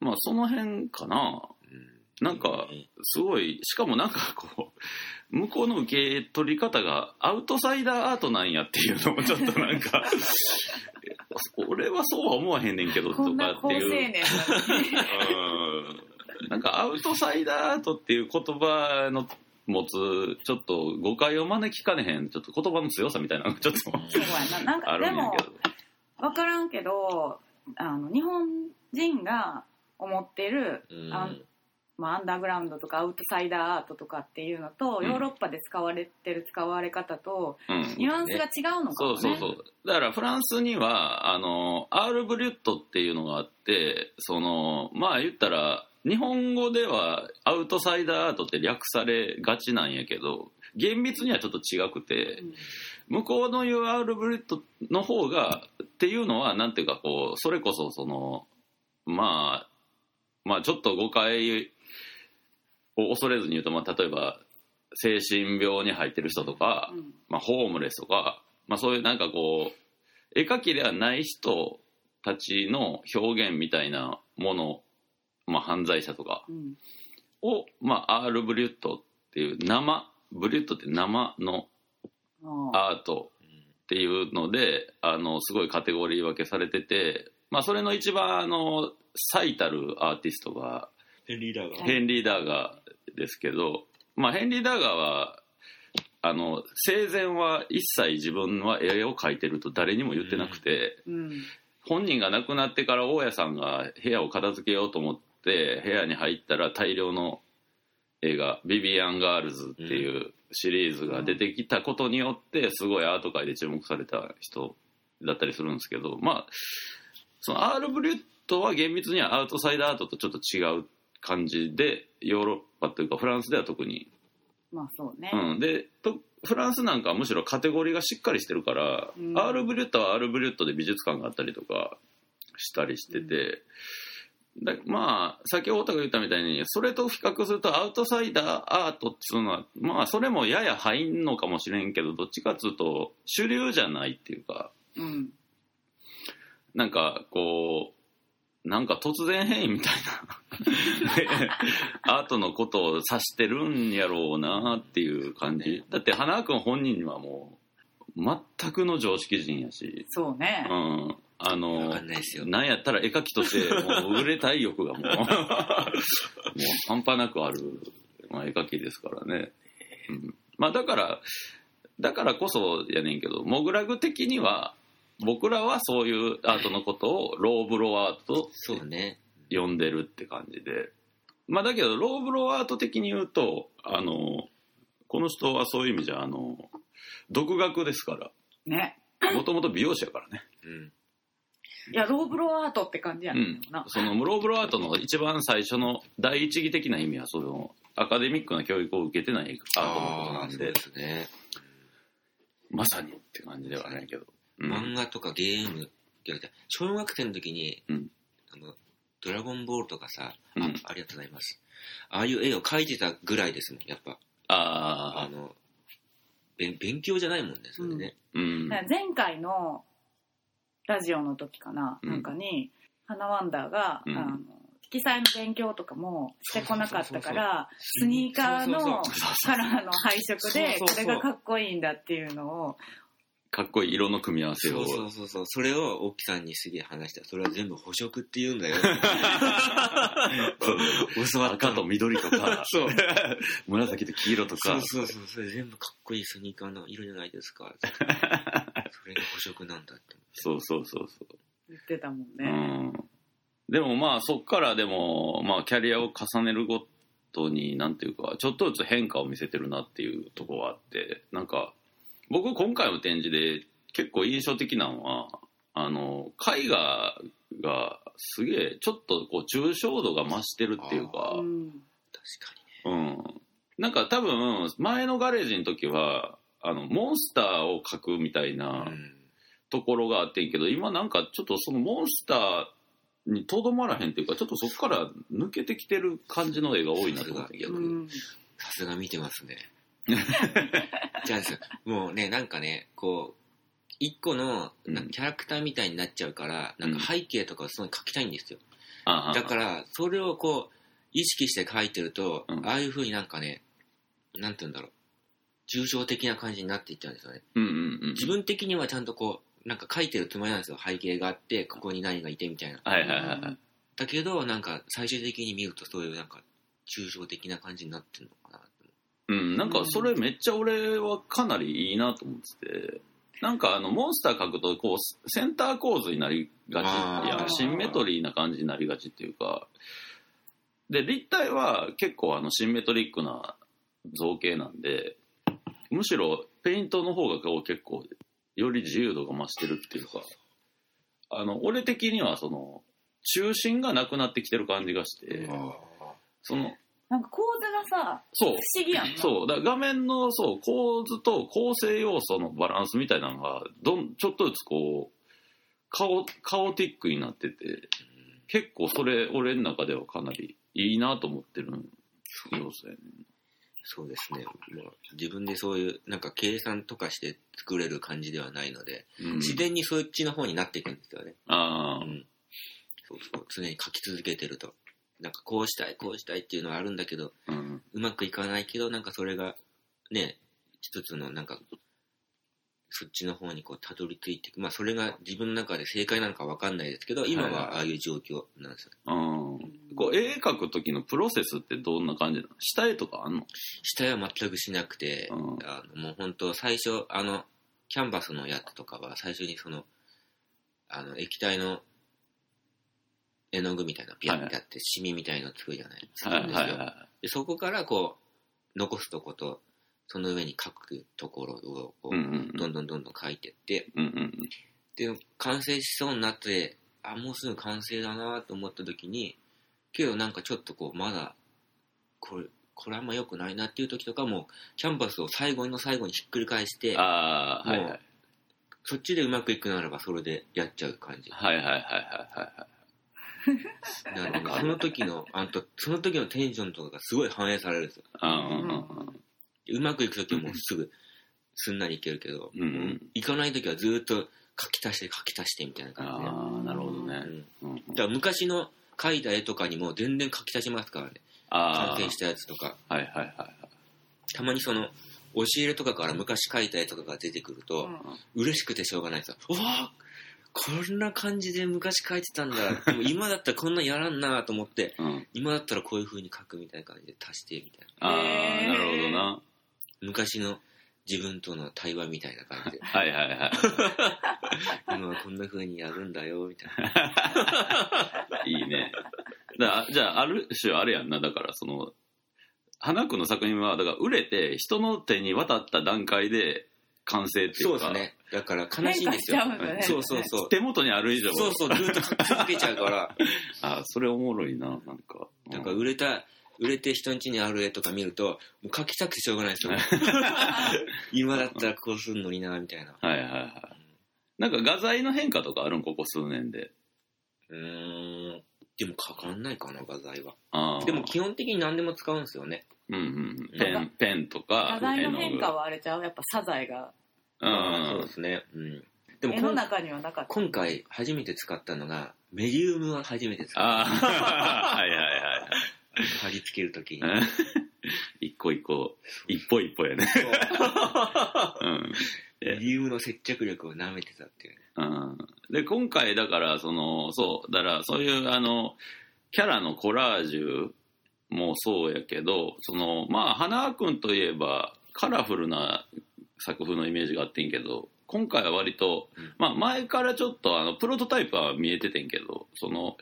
Speaker 2: まあその辺かな。
Speaker 3: う
Speaker 2: なんか、すごい、しかもなんかこう、 向こうの受け取り方がアウトサイダーアートなんやっていうのもちょっとな んか、俺はそうは思わへんねんけどと
Speaker 1: こん
Speaker 2: か
Speaker 1: な
Speaker 2: っ
Speaker 1: 高
Speaker 2: て
Speaker 1: 青
Speaker 2: いう
Speaker 1: 年。 なのに
Speaker 2: うんなんかアウトサイダーアートっていう言葉の持つちょっと誤解を招きかねへんちょっと言葉の強さみたいなのがちょっ と
Speaker 1: そうやななん
Speaker 2: あ
Speaker 1: か
Speaker 2: る
Speaker 1: で
Speaker 2: んや
Speaker 1: も
Speaker 2: けど
Speaker 1: 分からんけどあの日本人が思ってる
Speaker 3: うん
Speaker 1: あんまあ、アンダーグラウンドとかアウトサイダーアートとかっていうのと、
Speaker 2: うん
Speaker 1: ヨーロッパで使われてる使われ方と
Speaker 2: うん
Speaker 1: ニュアンスが違うのか
Speaker 2: そ
Speaker 1: も、
Speaker 2: う
Speaker 1: ね、
Speaker 2: そうそうだからフランスにはあのアール・ブリュットっていうのがあってそのまあ言ったら日本語ではアウトサイダーアートって略されがちなんやけど厳密にはちょっと違くて、
Speaker 1: うん
Speaker 2: 向こうの UR ブリッドの方がっていうのはなんていうかこうそれこそそのまあまあちょっと誤解を恐れずに言うと、まあ、例えば精神病に入ってる人とか、
Speaker 1: うん
Speaker 2: まあ、ホームレスとか、まあ、そういうなんかこう絵描きではない人たちの表現みたいなもの、まあ、犯罪者とか
Speaker 1: うん
Speaker 2: を、まあ、R ブリュットっていう生ブリュットって生の
Speaker 1: あ
Speaker 2: アートっていうのであのすごいカテゴリー分けされてて、まあ、それの一番あの最たるアーティストが
Speaker 3: ヘンリーダー
Speaker 2: ヘンリー・ダーガーですけど、まあ、ヘンリー・ダーガーはあの生前は一切自分は絵を描いてると誰にも言ってなくて、
Speaker 1: うん
Speaker 2: 本人が亡くなってから大家さんが部屋を片付けようと思って部屋に入ったら大量の映画「ビビアン・ガールズ」っていうシリーズが出てきたことによってすごいアート界で注目された人だったりするんですけどまあその R ・ブリュットは厳密にはアウトサイダーアートとちょっと違う感じでヨーロッパというかフランスでは特に
Speaker 1: まあそうね、
Speaker 2: うん、でとフランスなんかはむしろカテゴリーがしっかりしてるから、
Speaker 1: うん
Speaker 2: R ブリュットは R ブリュットで美術館があったりとかしたりしてて、だまあ先ほど太田が言ったみたいにそれと比較するとアウトサイダーアートっつうのはまあそれもやや入んのかもしれんけどどっちかっつうと主流じゃないっていうか
Speaker 1: うん
Speaker 2: なんかこうなんか突然変異みたい なでアートのことを指してるんやろうなっていう感じだって花輪君本人はもう全くの常識人やし
Speaker 1: そう
Speaker 2: う
Speaker 1: ね、
Speaker 2: んあの
Speaker 3: わかんないですよ。
Speaker 2: なんやったら絵描きとしてもう売れたい欲がもうもう半端なくある、まあ、絵描きですからね、うんまあだからだからこそやねんけどモグラグ的には僕らはそういうアートのことをローブロアートと
Speaker 3: そうね。
Speaker 2: 呼んでるって感じでまあだけどローブロアート的に言うとあのこの人はそういう意味じゃあの独学ですか
Speaker 1: ね
Speaker 2: らもともと美容師やからね
Speaker 3: うん。
Speaker 1: いやローブロアートって感じやねんけどな、
Speaker 2: そのムローブロアートの一番最初の第一義的な意味はそのアカデミックな教育を受けてないアートのことな
Speaker 3: ー
Speaker 2: ん
Speaker 3: そう
Speaker 2: で
Speaker 3: ですね。
Speaker 2: まさにって感じではないけど、うん
Speaker 3: 漫画とかゲームって言われて、小学生の時に、
Speaker 2: うん
Speaker 3: あの、ドラゴンボールとかさ、
Speaker 2: うん
Speaker 3: あ、ありがとうございます。ああいう絵を描いてたぐらいですもん、やっぱ。あ
Speaker 2: ああ
Speaker 3: の、勉勉強じゃないもんね、それね。
Speaker 2: うん
Speaker 1: だから前回のラジオの時かな、
Speaker 2: うん
Speaker 1: なんかに花ワンダーが、
Speaker 2: うん
Speaker 1: あの色彩の勉強とかもしてこなかったからス
Speaker 3: うそうそうそう
Speaker 1: ニーカー
Speaker 3: そう
Speaker 1: の
Speaker 3: そう
Speaker 1: カラーの配色で
Speaker 3: そ
Speaker 1: こ
Speaker 3: うそうそ
Speaker 1: れ
Speaker 3: う
Speaker 1: がかっこいいんだっていうのを
Speaker 2: かっこいい色の組み合わせ
Speaker 3: そ
Speaker 2: を
Speaker 3: うそうそうそう。それを大木さんにすげえ話した。それは全部補色って言うんだよ。 教わった
Speaker 2: 赤
Speaker 3: の
Speaker 2: と緑とか
Speaker 3: そう
Speaker 2: 紫と黄色と
Speaker 3: そ
Speaker 2: か
Speaker 3: うそうそう。それ全部かっこいいスニーカーの色じゃないですか。それが補色なんだって。
Speaker 2: そうそうそうそう
Speaker 1: 言ってたもん
Speaker 2: う
Speaker 1: ね。
Speaker 2: んでもまあそっからでもまあキャリアを重ねるごとになんていうかちょっとずつ変化を見せてるなっていうところはあってなんか僕今回の展示で結構印象的なのはあの絵画がすげえちょっとこう抽象度が増してるっていうか
Speaker 1: う。ん
Speaker 3: 確かに。
Speaker 2: うん、なんか多分前のガレージの時はあのモンスターを描くみたいな
Speaker 3: うん
Speaker 2: ところがあってんけど今なんかちょっとそのモンスターにとどまらへんっていうかちょっとそこから抜けてきてる感じの絵が多いなと思ってんけ
Speaker 1: う
Speaker 2: ど
Speaker 3: うんさすが見てますね。じゃあですもうね、なんかね、こう、一個の
Speaker 2: うん
Speaker 3: なんかキャラクターみたいになっちゃうから、
Speaker 2: うん
Speaker 3: なんか背景とかをすごい描きたいんですよ。
Speaker 2: ああ
Speaker 3: だから、それをこう、意識して描いてると、
Speaker 2: うん
Speaker 3: ああいう風になんかね、なんて言うんだろう。抽象的な感じになっていっちゃうんですよね。
Speaker 2: うんうんうん
Speaker 3: 自分的にはちゃんとこう、なんか描いてるつもりなんですよ。背景があって、ここに何がいてみたいな。
Speaker 2: はいはいはいはい
Speaker 3: だけど、なんか最終的に見るとそういうなんか、抽象的な感じになってるのかな。
Speaker 2: うんなんかそれめっちゃ俺はかなりいいなと思っててなんかあのモンスター描くとこうセンター構図になりがちい
Speaker 3: あ
Speaker 2: や
Speaker 1: ー
Speaker 2: シンメトリーな感じになりがちっていうかで立体は結構あのシンメトリックな造形なんでむしろペイントの方がこう結構より自由度が増してるっていうかあの俺的にはその中心がなくなってきてる感じがしてその
Speaker 1: なんか構図がさ
Speaker 2: そう
Speaker 1: 不思議やんな
Speaker 2: そうだから画面のそう構図と構成要素のバランスみたいなのがどんちょっとずつこうカオカオティックになってて
Speaker 3: うん
Speaker 2: 結構それ俺の中ではかなりいいなと思ってる要素やね
Speaker 3: そうですね。もう自分でそういう、なんか計算とかして作れる感じではないので、
Speaker 2: うん
Speaker 3: 自然にそっちの方になっていくんですよね。
Speaker 2: あ
Speaker 3: う
Speaker 2: あ
Speaker 3: ん。そうそう。常に書き続けてると。なんかこうしたい、こうしたいっていうのはあるんだけど、
Speaker 2: うん
Speaker 3: うまくいかないけど、なんかそれが、ね、一つのなんか、そっちの方にこうたどり着いていく。まあそれが自分の中で正解なのかわかんないですけど、今はああいう状況なんですよ。
Speaker 2: う
Speaker 1: う
Speaker 2: ん
Speaker 1: ん
Speaker 2: こう絵描く時のプロセスってどんな感じなの下絵とかあんの
Speaker 3: 下絵は全くしなくて、
Speaker 2: うん
Speaker 3: あのもう本当最初あのキャンバスのやつとかは最初にそのあの液体の絵の具みたいなのピャンってやってシミみたいの作るじゃない作
Speaker 2: は
Speaker 3: る
Speaker 2: い
Speaker 3: んですよ、
Speaker 2: はいは
Speaker 3: でそこからこう残すとことその上に描くところをこ
Speaker 2: いうんうん
Speaker 3: うどんどんどんどん描いてって
Speaker 2: うんうん
Speaker 3: で完成しそうになってあもうすぐ完成だなと思った時にけどなんかちょっとこうまだこれこれあんま良くないなっていう時とかもキャンバスを最後の最後にひっくり返して
Speaker 2: ああはいはい
Speaker 3: もうそっちでうまくいくならばそれでやっちゃう感じ
Speaker 2: はいはいはいはいはいはい
Speaker 3: だからねその時の、あんと、その時のテンションとかがすごい反映されるんですよ。
Speaker 2: あ
Speaker 3: うまくいく時はもうすぐ、すんなりいけるけど、
Speaker 2: うんうん
Speaker 3: 行かない時はずーっと書き足して書き足してみたいな
Speaker 2: あ、
Speaker 3: 感じで。
Speaker 2: ああ、なるほどね。
Speaker 3: うん
Speaker 2: うんうん
Speaker 3: だから昔の書いた絵とかにも全然書き足しますからね。
Speaker 2: あ
Speaker 3: 完成したやつとか。
Speaker 2: あ、はいはいはい。
Speaker 3: たまにその、押し入れとかから昔書いた絵とかが出てくると、嬉しくてしょうがないですよ。おわこんな感じで昔書いてたん だ。でも今だったらこんなんやらんなと思って、
Speaker 2: うん、
Speaker 3: 今だったらこういう風に書くみたいな感じで足してみたい
Speaker 2: ああ、
Speaker 1: へー
Speaker 2: なるほどな。、
Speaker 3: な。昔の自分との対話みたいな感じで
Speaker 2: はいはいはい。
Speaker 3: 今はこんな風にやるんだよ、みたいな。
Speaker 2: いいね。 だじゃあ、ある種あれやんな、だから、その、花子の作品は、だから、売れて、人の手に渡った段階で、完成ってい
Speaker 3: そう
Speaker 2: う
Speaker 3: で
Speaker 2: か、
Speaker 3: すね。だから悲しいんですよ
Speaker 1: 変化しちゃうんだ。ね
Speaker 3: そうそうそう。
Speaker 2: 手元にある以上、
Speaker 3: そうそう、ずっと書き続けちゃうから、
Speaker 2: あそれおもろいな、なんか。
Speaker 3: だから売れた、売れて人ん家にある絵とか見ると、もう書きたくてしょうがないですよね。今だったらこうすんのにな、みたいな。
Speaker 2: はいはいはい。なんか画材の変化とかあるんここ数年で。
Speaker 3: うーん。でもかかんないかな、画材は。
Speaker 2: あー
Speaker 3: でも、基本的に何でも使うんですよね。
Speaker 2: うんうんうん、ペンペンとか
Speaker 1: 画材の変化はあれちゃうやっぱサザエが
Speaker 2: 絵
Speaker 3: そ
Speaker 2: の
Speaker 3: う
Speaker 2: 具
Speaker 3: ですね。うん。でも
Speaker 1: 絵の
Speaker 3: 今
Speaker 1: 中にはなかった
Speaker 3: 今回初めて使ったのが、メディウムは初めて使った。
Speaker 2: ああ はいはいはい
Speaker 3: 貼り付けるときに。
Speaker 2: うん一個一個一歩一歩やね、
Speaker 3: そ
Speaker 2: う
Speaker 3: う
Speaker 2: ん
Speaker 3: メディウムの接着力を舐めてたっていう。
Speaker 2: うん、で今回だからそのそうだからそういうあのキャラのコラージュもそうやけどそのまあ花輪君といえばカラフルな作風のイメージがあってんけど今回は割と、
Speaker 3: うん
Speaker 2: まあ、前からちょっとあのプロトタイプは見えててんけどその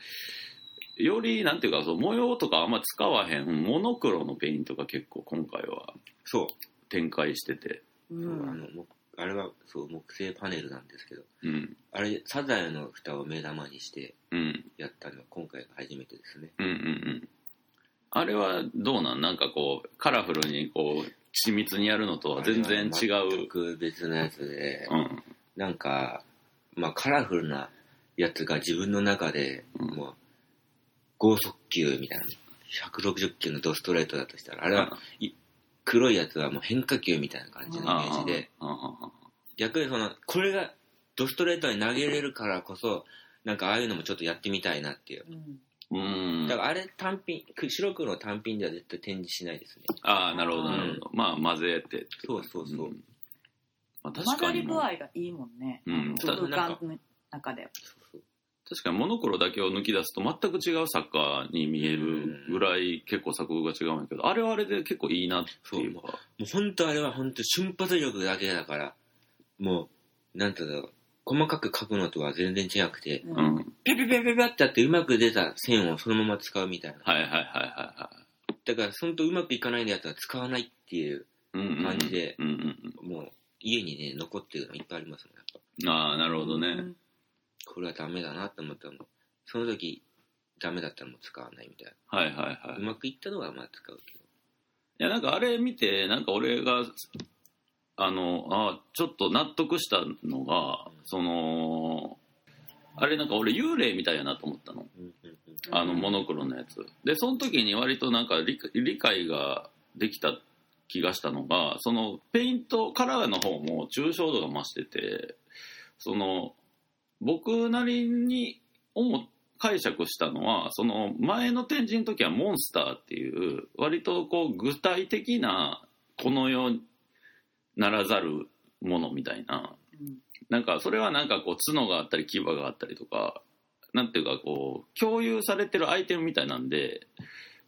Speaker 2: よりなんていうかその模様とかあんま使わへんモノクロのペイントが結構今回は
Speaker 3: そう。
Speaker 2: 展開してて、
Speaker 1: う
Speaker 3: そうんあの木あれはそう木製パネルなんですけど
Speaker 2: うん、
Speaker 3: あれサザエの蓋を目玉にして
Speaker 2: うん
Speaker 3: やったのは今回が初めてですね
Speaker 2: うんうんうんあれはどうなんなんかこうカラフルにこう緻密にやるのとは全然違
Speaker 3: あれは
Speaker 2: う、
Speaker 3: 全く別のやつで
Speaker 2: うん、
Speaker 3: なんかまあカラフルなやつが自分の中で
Speaker 2: うん
Speaker 3: もう剛速球みたいな160キロのドストレートだとしたらあれは黒いやつはもう変化球みたいな感じのイメ
Speaker 2: あ
Speaker 3: ージで
Speaker 2: ああ
Speaker 3: 逆にそのこれがドストレートに投げれるからこそなんかああいうのもちょっとやってみたいなっていう
Speaker 1: うん
Speaker 2: うん
Speaker 3: だからあれ単品、く白黒の単品では絶対展示しないですね。
Speaker 2: ああなるほどなるほど、まあ混ぜてって
Speaker 3: そうそうそう。
Speaker 2: んまあ、
Speaker 1: 混
Speaker 2: 確
Speaker 1: ざ
Speaker 2: か
Speaker 1: り
Speaker 2: に
Speaker 1: 具合がいいもんね
Speaker 2: うん
Speaker 1: 空
Speaker 3: そう
Speaker 1: 間の中で
Speaker 2: 確かにモノクロだけを抜き出すと全く違う作家に見えるぐらい結構作風が違うんやけどあれはあれで結構いいなっていうか
Speaker 3: もう本当あれは本当瞬発力だけだから、もう、なんていうんだろう、細かく書くのとは全然違くて、
Speaker 1: う
Speaker 2: うんん
Speaker 3: ピャピャピャピャピャってやってうまく出た線をそのまま使うみたいな。
Speaker 2: はいはいはいはいは
Speaker 3: だから、ほんとうまくいかないやつは使わないっていう、
Speaker 2: いうんうんうん
Speaker 3: 感じで
Speaker 2: うんうん
Speaker 3: もう家にね、残ってるのいっぱいありますね。やっぱ
Speaker 2: うんああなるほどね、
Speaker 1: うん
Speaker 3: これはダメだなって思ったらもう、その時ダメだったらもう使わないみたいな。
Speaker 2: はいはいはいう
Speaker 3: まくいったのはまあ使うけど。
Speaker 2: いやなんかあれ見てなんか俺があのあちょっと納得したのがそのあれなんか俺幽霊みたいやなと思ったの
Speaker 3: うんうんうん
Speaker 2: あのモノクロのやつでその時に割となんか理理解ができた気がしたのがそのペイントカラーの方も抽象度が増しててその僕なりに思解釈したのはその前の展示の時はモンスターっていう割とこう具体的なこの世ならざるものみたいな
Speaker 1: うん
Speaker 2: なんかそれはなんかこう角があったり牙があったりとかなんていうかこう共有されてるアイテムみたいなんで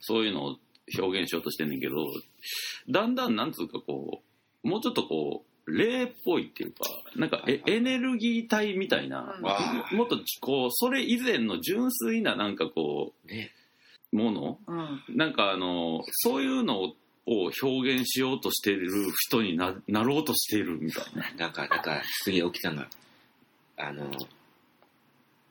Speaker 2: そういうのを表現しようとしてんねんけどだんだんなんつうかこうもうちょっとこう霊っぽいっていうかなんかえエネルギー体みたいな、
Speaker 1: うんわ
Speaker 2: もっとこうそれ以前の純粋ななんかこ
Speaker 3: ね。
Speaker 2: うもの
Speaker 1: うん
Speaker 2: なんかあのそういうのをを表現しようとしてる人にななろうとしているみたいな。
Speaker 3: なんか、だから、すげえ沖さんが、あの、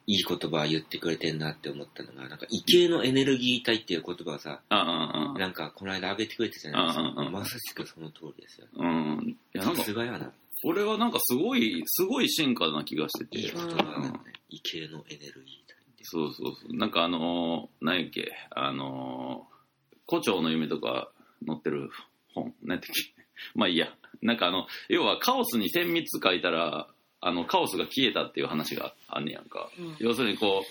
Speaker 3: いい言葉言ってくれてんなって思ったのが、なんか、異形のエネルギー体っていう言葉をさ、
Speaker 2: あああ
Speaker 3: なんか、この間あげてくれてたじゃないです
Speaker 2: うんうんう
Speaker 3: か。
Speaker 2: ん
Speaker 3: まさしくその通りですよ。
Speaker 2: あうん。いやなんか
Speaker 3: さすがやな。
Speaker 2: 俺はなんかすごい、すごい進化な気がして
Speaker 3: いい
Speaker 2: て
Speaker 3: 言。葉だね。異形のエネルギー体って。
Speaker 2: そうそうそう。なんかあのー、何やっけ、あのー、胡蝶の夢とか載ってる本、何やったっけ。 まあいいや。なんかあの、要はカオスに千密書いたら、あの、カオスが消えたっていう話があんねやんか。
Speaker 1: うん
Speaker 2: 要するにこ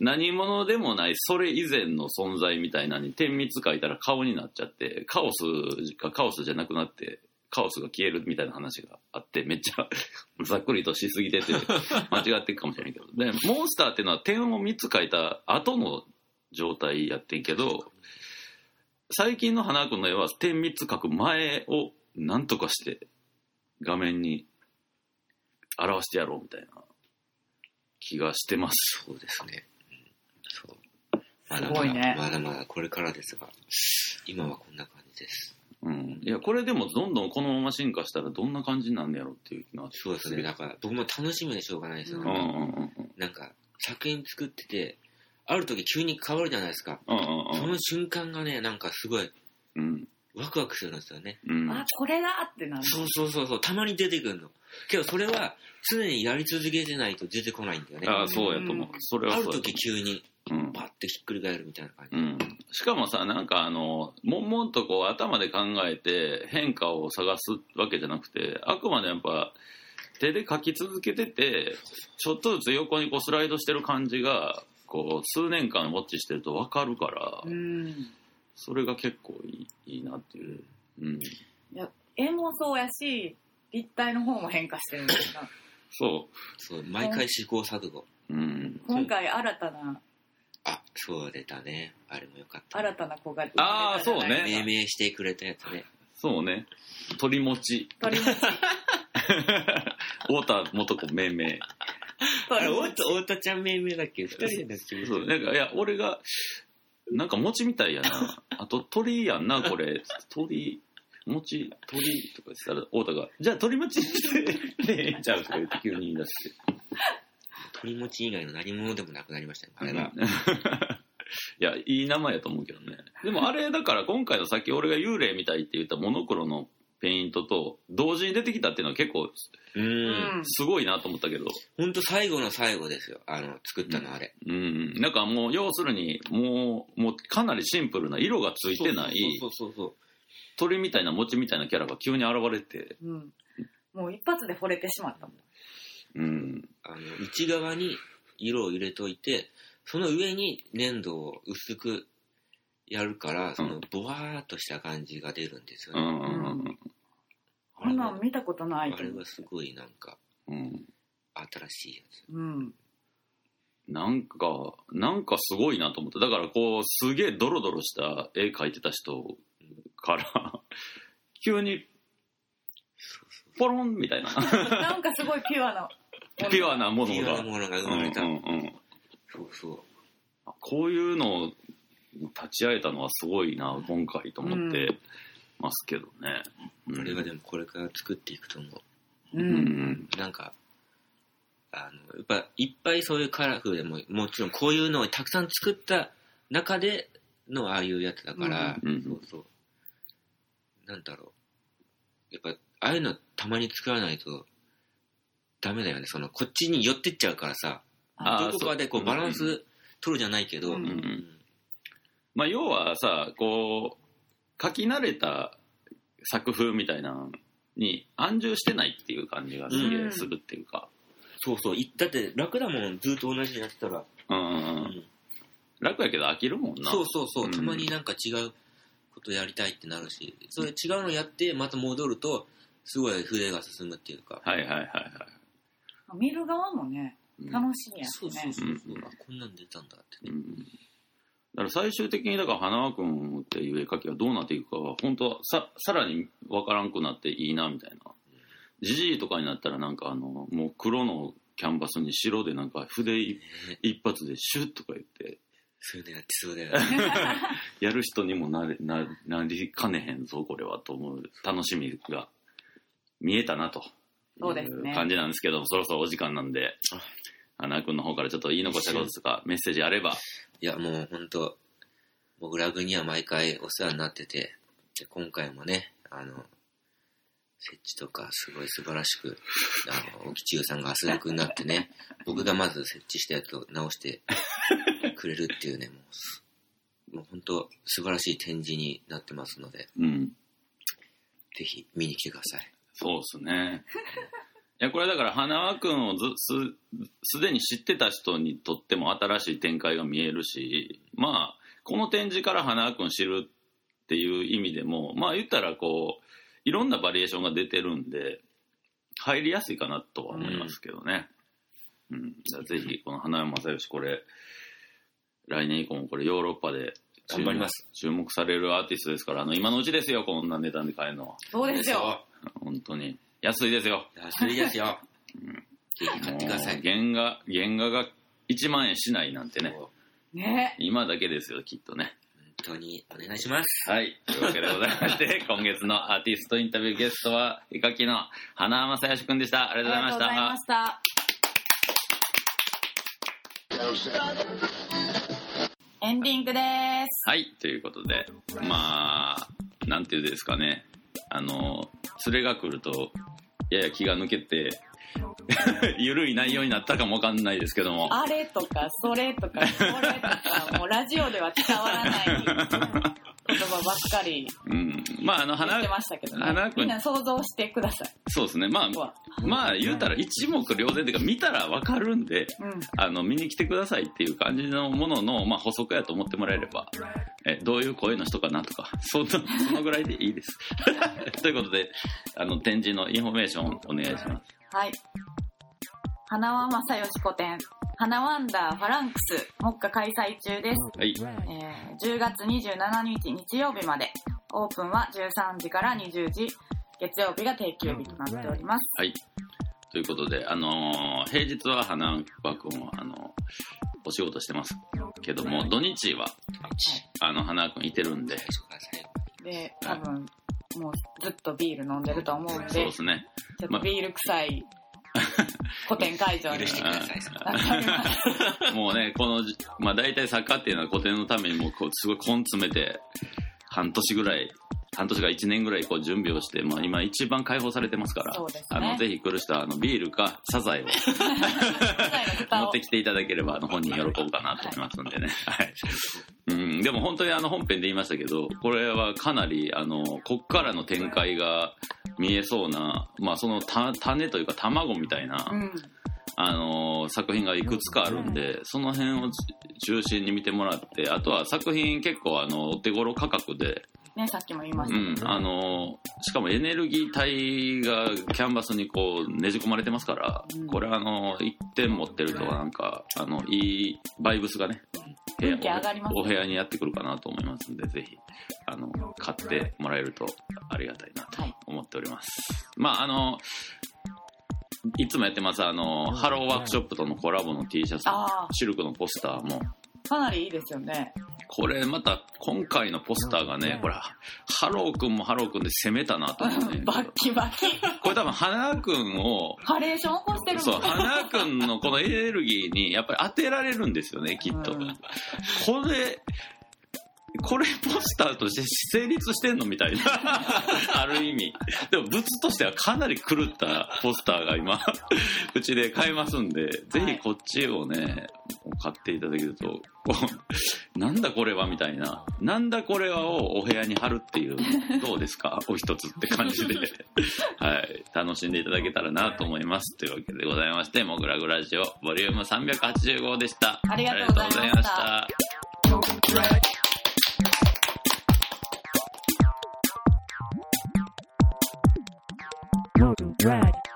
Speaker 2: う、何者でもないそれ以前の存在みたいなのに点密書いたら顔になっちゃってカオスがカオスじゃなくなってカオスが消えるみたいな話があってめっちゃ ざっくりとしす ぎてて間違ってるかもしれないけどでモンスターっていうのは点を3つ書いた後の状態やってんけど最近の花君の絵は点3つ書く前をなんとかして画面に表してやろうみたいな気がしてます。
Speaker 3: そうですね。うんそう。
Speaker 1: すごいね
Speaker 3: まだまだこれからですが、今はこんな感じです。
Speaker 2: うん、いやこれでもどんどんこのまま進化したらどんな感じになるんやろっていうのは
Speaker 3: そうですね。だから僕も楽しみでしょうがないですよ。
Speaker 2: うんうんうん
Speaker 3: なんか、作品作ってて、ある時急に変わるじゃないですか。
Speaker 2: うん
Speaker 3: その瞬間がね、なんかすごい
Speaker 2: うん
Speaker 3: ワクワクするんですよね。
Speaker 2: うんうん
Speaker 1: あこれだってなる
Speaker 3: そうそうそうそう、たまに出てくるの。けどそれは常にやり続けてないと出てこないんだよね。
Speaker 2: あそうやと思う
Speaker 1: うん
Speaker 2: それは
Speaker 3: あ
Speaker 2: そう
Speaker 3: る
Speaker 2: やと思
Speaker 3: 時急に
Speaker 2: ううん
Speaker 3: バッてひっくり返るみたいな感じ。
Speaker 2: うんしかもさなんかあのもんもんとこう頭で考えて変化を探すわけじゃなくてあくまでやっぱ手で描き続けててちょっとずつ横にこうスライドしてる感じがこう数年間ウォッチしてると分かるから
Speaker 1: うん
Speaker 2: それが結構いいいいなっていう、うん、
Speaker 1: 絵もそうやし立体の方も変化してるんですか
Speaker 2: そ
Speaker 3: そう、毎回試行錯誤。
Speaker 2: ううん
Speaker 1: 今回新たな
Speaker 3: あ、そう出たね。あれもよかった。
Speaker 1: 新たな子が
Speaker 2: あーそうね
Speaker 3: 命名してくれたやつね。
Speaker 2: そうね。鳥持ち。
Speaker 1: 鳥持ち
Speaker 2: 太田元子命名。
Speaker 3: あれ、
Speaker 1: 鳥持ち
Speaker 3: 太田ちゃん命名だっけ二人だっけ
Speaker 2: そうなんか、いや、俺が、なんか餅みたいや な。あと鳥やんな、これ。鳥、餅、鳥とかしたら、太田が、じゃあ鳥餅 って、でええんちゃうとか言って急に言い出して。
Speaker 3: 鳥持ち以外の何者でもなくなりましたね。あれ は。
Speaker 2: うんいや、いい名前やと思うけどね。でもあれ、だから今回のさっき俺が幽霊みたいって言ったモノクロのペイントと同時に出てきたっていうのは結構
Speaker 3: う。
Speaker 1: うんん
Speaker 2: すごいなと思ったけど。
Speaker 3: ほんと最後の最後ですよ。あの、作ったのあれ。
Speaker 2: うん、なんかもう要するにもうもうかなりシンプルな色がついてない
Speaker 3: そうそうそうそう。
Speaker 2: 鳥みたいな餅みたいなキャラが急に現れて、
Speaker 1: うんもう一発で惚れてしまったもん
Speaker 2: うん、
Speaker 3: あの、内側に色を入れといて、その上に粘土を薄くやるから、その、ボワーっとした感じが出るんですよ
Speaker 2: うんう
Speaker 3: ね。
Speaker 2: んうん
Speaker 1: こんなん見たことない
Speaker 3: あ
Speaker 1: け
Speaker 3: れ
Speaker 1: ど
Speaker 3: はすごいなんか、
Speaker 2: うん、
Speaker 3: 新しいやつ。
Speaker 1: うん
Speaker 2: なんかなんかすごいなと思ってだからこうすげえドロドロした絵描いてた人から急にポロンみたいな
Speaker 1: なんかすごいピュアな
Speaker 2: ピュアなもの
Speaker 3: いろんな
Speaker 2: が、
Speaker 3: ものが
Speaker 2: う
Speaker 3: 生
Speaker 2: んうんう
Speaker 3: まれた。
Speaker 2: ん、
Speaker 3: そうそう。
Speaker 2: こういうのを立ち会えたのはすごいな今回と思ってますけどね。うん
Speaker 3: これはでもこれから作っていくと思う。
Speaker 1: う
Speaker 2: うんん
Speaker 3: なんか、あの、やっぱいっぱいそういうカラフルでも、もちろんこういうのをたくさん作った中でのああいうやつだから、
Speaker 2: うんうん
Speaker 3: そうそう。なんだろう。やっぱ、ああいうのたまに作らないとダメだよね。その、こっちに寄ってっちゃうからさ、
Speaker 2: あー
Speaker 3: どこかでこ
Speaker 2: そう
Speaker 3: うバランス取るじゃないけど、
Speaker 1: うん
Speaker 2: うんまあ要はさこう書き慣れた作風みたいなのに安住してないっていう感じがすげえするっていうか、
Speaker 3: そうそう。いだって楽だもん、ずっと同じのやってたら。
Speaker 2: うんうんう、
Speaker 3: うんん
Speaker 2: 楽やけど飽きるもんな
Speaker 3: そうそうそう、
Speaker 2: うん
Speaker 3: たまになんか違うことやりたいってなるし、それ違うのやって、また戻ると、すごい筆が進むっていうか。
Speaker 2: はいはいはいはい、
Speaker 1: 見る側もね
Speaker 2: うん
Speaker 1: 楽しいや
Speaker 3: そ
Speaker 1: ん
Speaker 3: うそう
Speaker 1: ね
Speaker 3: そうそう、
Speaker 2: うん
Speaker 3: あこんなん出たんだ って
Speaker 2: う
Speaker 3: ね。
Speaker 2: んだから最終的にだから花輪君っていう絵描きがどうなっていくかは本当はささらに分からんくなっていいなみたいなじじいとかになったらなんかあのもう黒のキャンバスに白でなんか筆一
Speaker 3: ね
Speaker 2: 一発でシュッとか言って
Speaker 3: そういうのやってそうだよね。
Speaker 2: やる人にもなれななりかねへんぞこれはと思う楽しみが見えたなと
Speaker 1: そうですね
Speaker 2: いう感じなんですけどもそろそろお時間なんで
Speaker 3: あ
Speaker 2: 花輪君の方からちょっと言い残したこととかメッセージあれば
Speaker 3: いや、もうほんと、僕ラグには毎回お世話になってて、で今回もね、あの、設置とかすごい素晴らしく、あの、沖千代さんが汗だくになってね、僕がまず設置したやつを直してくれるっていうね、もうす、もう本当素晴らしい展示になってますので、
Speaker 2: うん。
Speaker 3: ぜひ見に来てください。
Speaker 2: そうですね。いや、これだから、花輪くんをず、す、すでに知ってた人にとっても新しい展開が見えるし、まあ、この展示から花輪くん知るっていう意味でも、まあ言ったらこう、いろんなバリエーションが出てるんで、入りやすいかなとは思いますけどね。うん。じゃあぜひ、この花輪正義これ、来年以降もこれヨーロッパで注目
Speaker 3: 頑張ります。
Speaker 2: 注目されるアーティストですから、あの、今のうちですよ、こんな値段で買えるのは。
Speaker 1: そうですよ。
Speaker 2: 本当に。安いですよ。
Speaker 3: 安いですよ。ぜひ買ってくださ
Speaker 2: も。
Speaker 3: いう
Speaker 2: 原画、原画が1万円しないなんてね。
Speaker 3: もう
Speaker 1: ね。
Speaker 2: 今だけですよ、きっとね。
Speaker 3: 本当にお願いします。
Speaker 2: はい。というわけでござい まして、今月のアーティストインタビューゲストは、絵描きの花山正義くんでした。あ
Speaker 1: あ
Speaker 2: り
Speaker 1: り
Speaker 2: がとうござい
Speaker 1: が
Speaker 2: ま
Speaker 1: と
Speaker 2: し
Speaker 1: うござい
Speaker 2: た
Speaker 1: ま。した。エンディングです。
Speaker 2: はい。ということで、まあ、なんていうんですかね。あの、連れが来ると、やや気が抜けて、 ゆるい内容になったかもわかんないですけども。
Speaker 1: あれとか、それとか、これとか、もうラジオでは伝わらない言葉ばっかり
Speaker 2: うん。まあ、あの、
Speaker 1: 言
Speaker 2: 花
Speaker 1: って、ましたけどね
Speaker 2: 花。子
Speaker 1: み
Speaker 2: に
Speaker 1: んな想像してください。
Speaker 2: そうですね。まあ
Speaker 1: ここ、は
Speaker 2: まあ言うたら一目瞭然っていうか見たらわかるんで、
Speaker 1: うん。
Speaker 2: あの、見に来てくださいっていう感じのものの、まあ補足やと思ってもらえれば、え、どういう声の人かなとか、そんな、そのぐらいでいいです。 ということで、あの、展示のインフォメーションお願いします。
Speaker 1: はい。花輪正義子展、花ワンダーファランクス、目下開催中です。
Speaker 2: はい。
Speaker 1: えー10月27日日曜日まで、オープンは13時から20時、月曜日が定休日となっております。
Speaker 2: はい。ということで、あのー平日は花輪くんは、あのーお仕事してますけども、土日は、あの、花輪くんいてるんで、
Speaker 3: そこが最後
Speaker 1: で、多分、もうずっとビール飲んでると思うん
Speaker 2: そう
Speaker 1: で
Speaker 2: で、すね。
Speaker 1: ちょっとビール臭い古典会 場に
Speaker 3: 許してください。
Speaker 1: なっております。
Speaker 2: もうね、このじ、まあ大体作家っていうのは古典のためにもうこう、すごい根詰めて、半年ぐらい、半年から1年ぐらいこう準備をして、まあ今一番解放されてますから、
Speaker 1: そうですね
Speaker 2: あの、ぜひ来る人はあの、ビールかサザエを
Speaker 1: 今回の
Speaker 2: 持
Speaker 1: 豚
Speaker 2: っ
Speaker 1: を
Speaker 2: てきていただければ、あの、本人喜ぶかなと思いますんでね。はい。うん、でも本当にあの、本編で言いましたけど、これはかなり、あの、こっからの展開が見えそうな、まあそのた種というか卵みたいな、
Speaker 1: うん、
Speaker 2: あのー作品がいくつかあるんで、その辺を中心に見てもらって、あとは作品結構あの、お手頃価格で、
Speaker 1: ね、さっきも言いまし
Speaker 2: う
Speaker 1: たけど
Speaker 2: ん、あのーしかもエネルギー体がキャンバスにこうねじ込まれてますから
Speaker 1: うん、
Speaker 2: これあのー、一点持ってるとなんか、あの、いいバイブスがね、部屋
Speaker 1: 運気上がります
Speaker 2: お部屋にやってくるかなと思いますんで、ぜひ、あの、買ってもらえるとありがたいなと
Speaker 1: はい
Speaker 2: 思っております。まあ、あの、いつもやってます、あの、ハローワークショップとのコラボの T シャツ、
Speaker 1: あ
Speaker 2: シルクのポスターも、
Speaker 1: ーかなりいいですよね。
Speaker 2: これまた今回のポスターがね、これ、ハローくんもハローくんで攻めたなと思うね
Speaker 1: 。バッキバキ。
Speaker 2: これ多分、花くんを、
Speaker 1: ハレーション起こしてるもん
Speaker 2: そう、花くんのこのエネルギーにやっぱり当てられるんですよね、きっと。
Speaker 1: うん
Speaker 2: これ、これポスターとして成立してんのみたい な。ある意味。でも物としてはかなり狂ったポスターが今、うちで買えますんで、ぜひこっちをね、買っていただけると、こうなんだこれはみたいな、なんだこれはをお部屋に貼るっていう、どうですかお一つって感 じで。はい。楽しんでいただけたらなと思います。というわけでございまして、もぐらぐラジオ、ボリューム385でした。
Speaker 1: ありがとうございました
Speaker 2: ありがとうございました。
Speaker 4: Go to drag.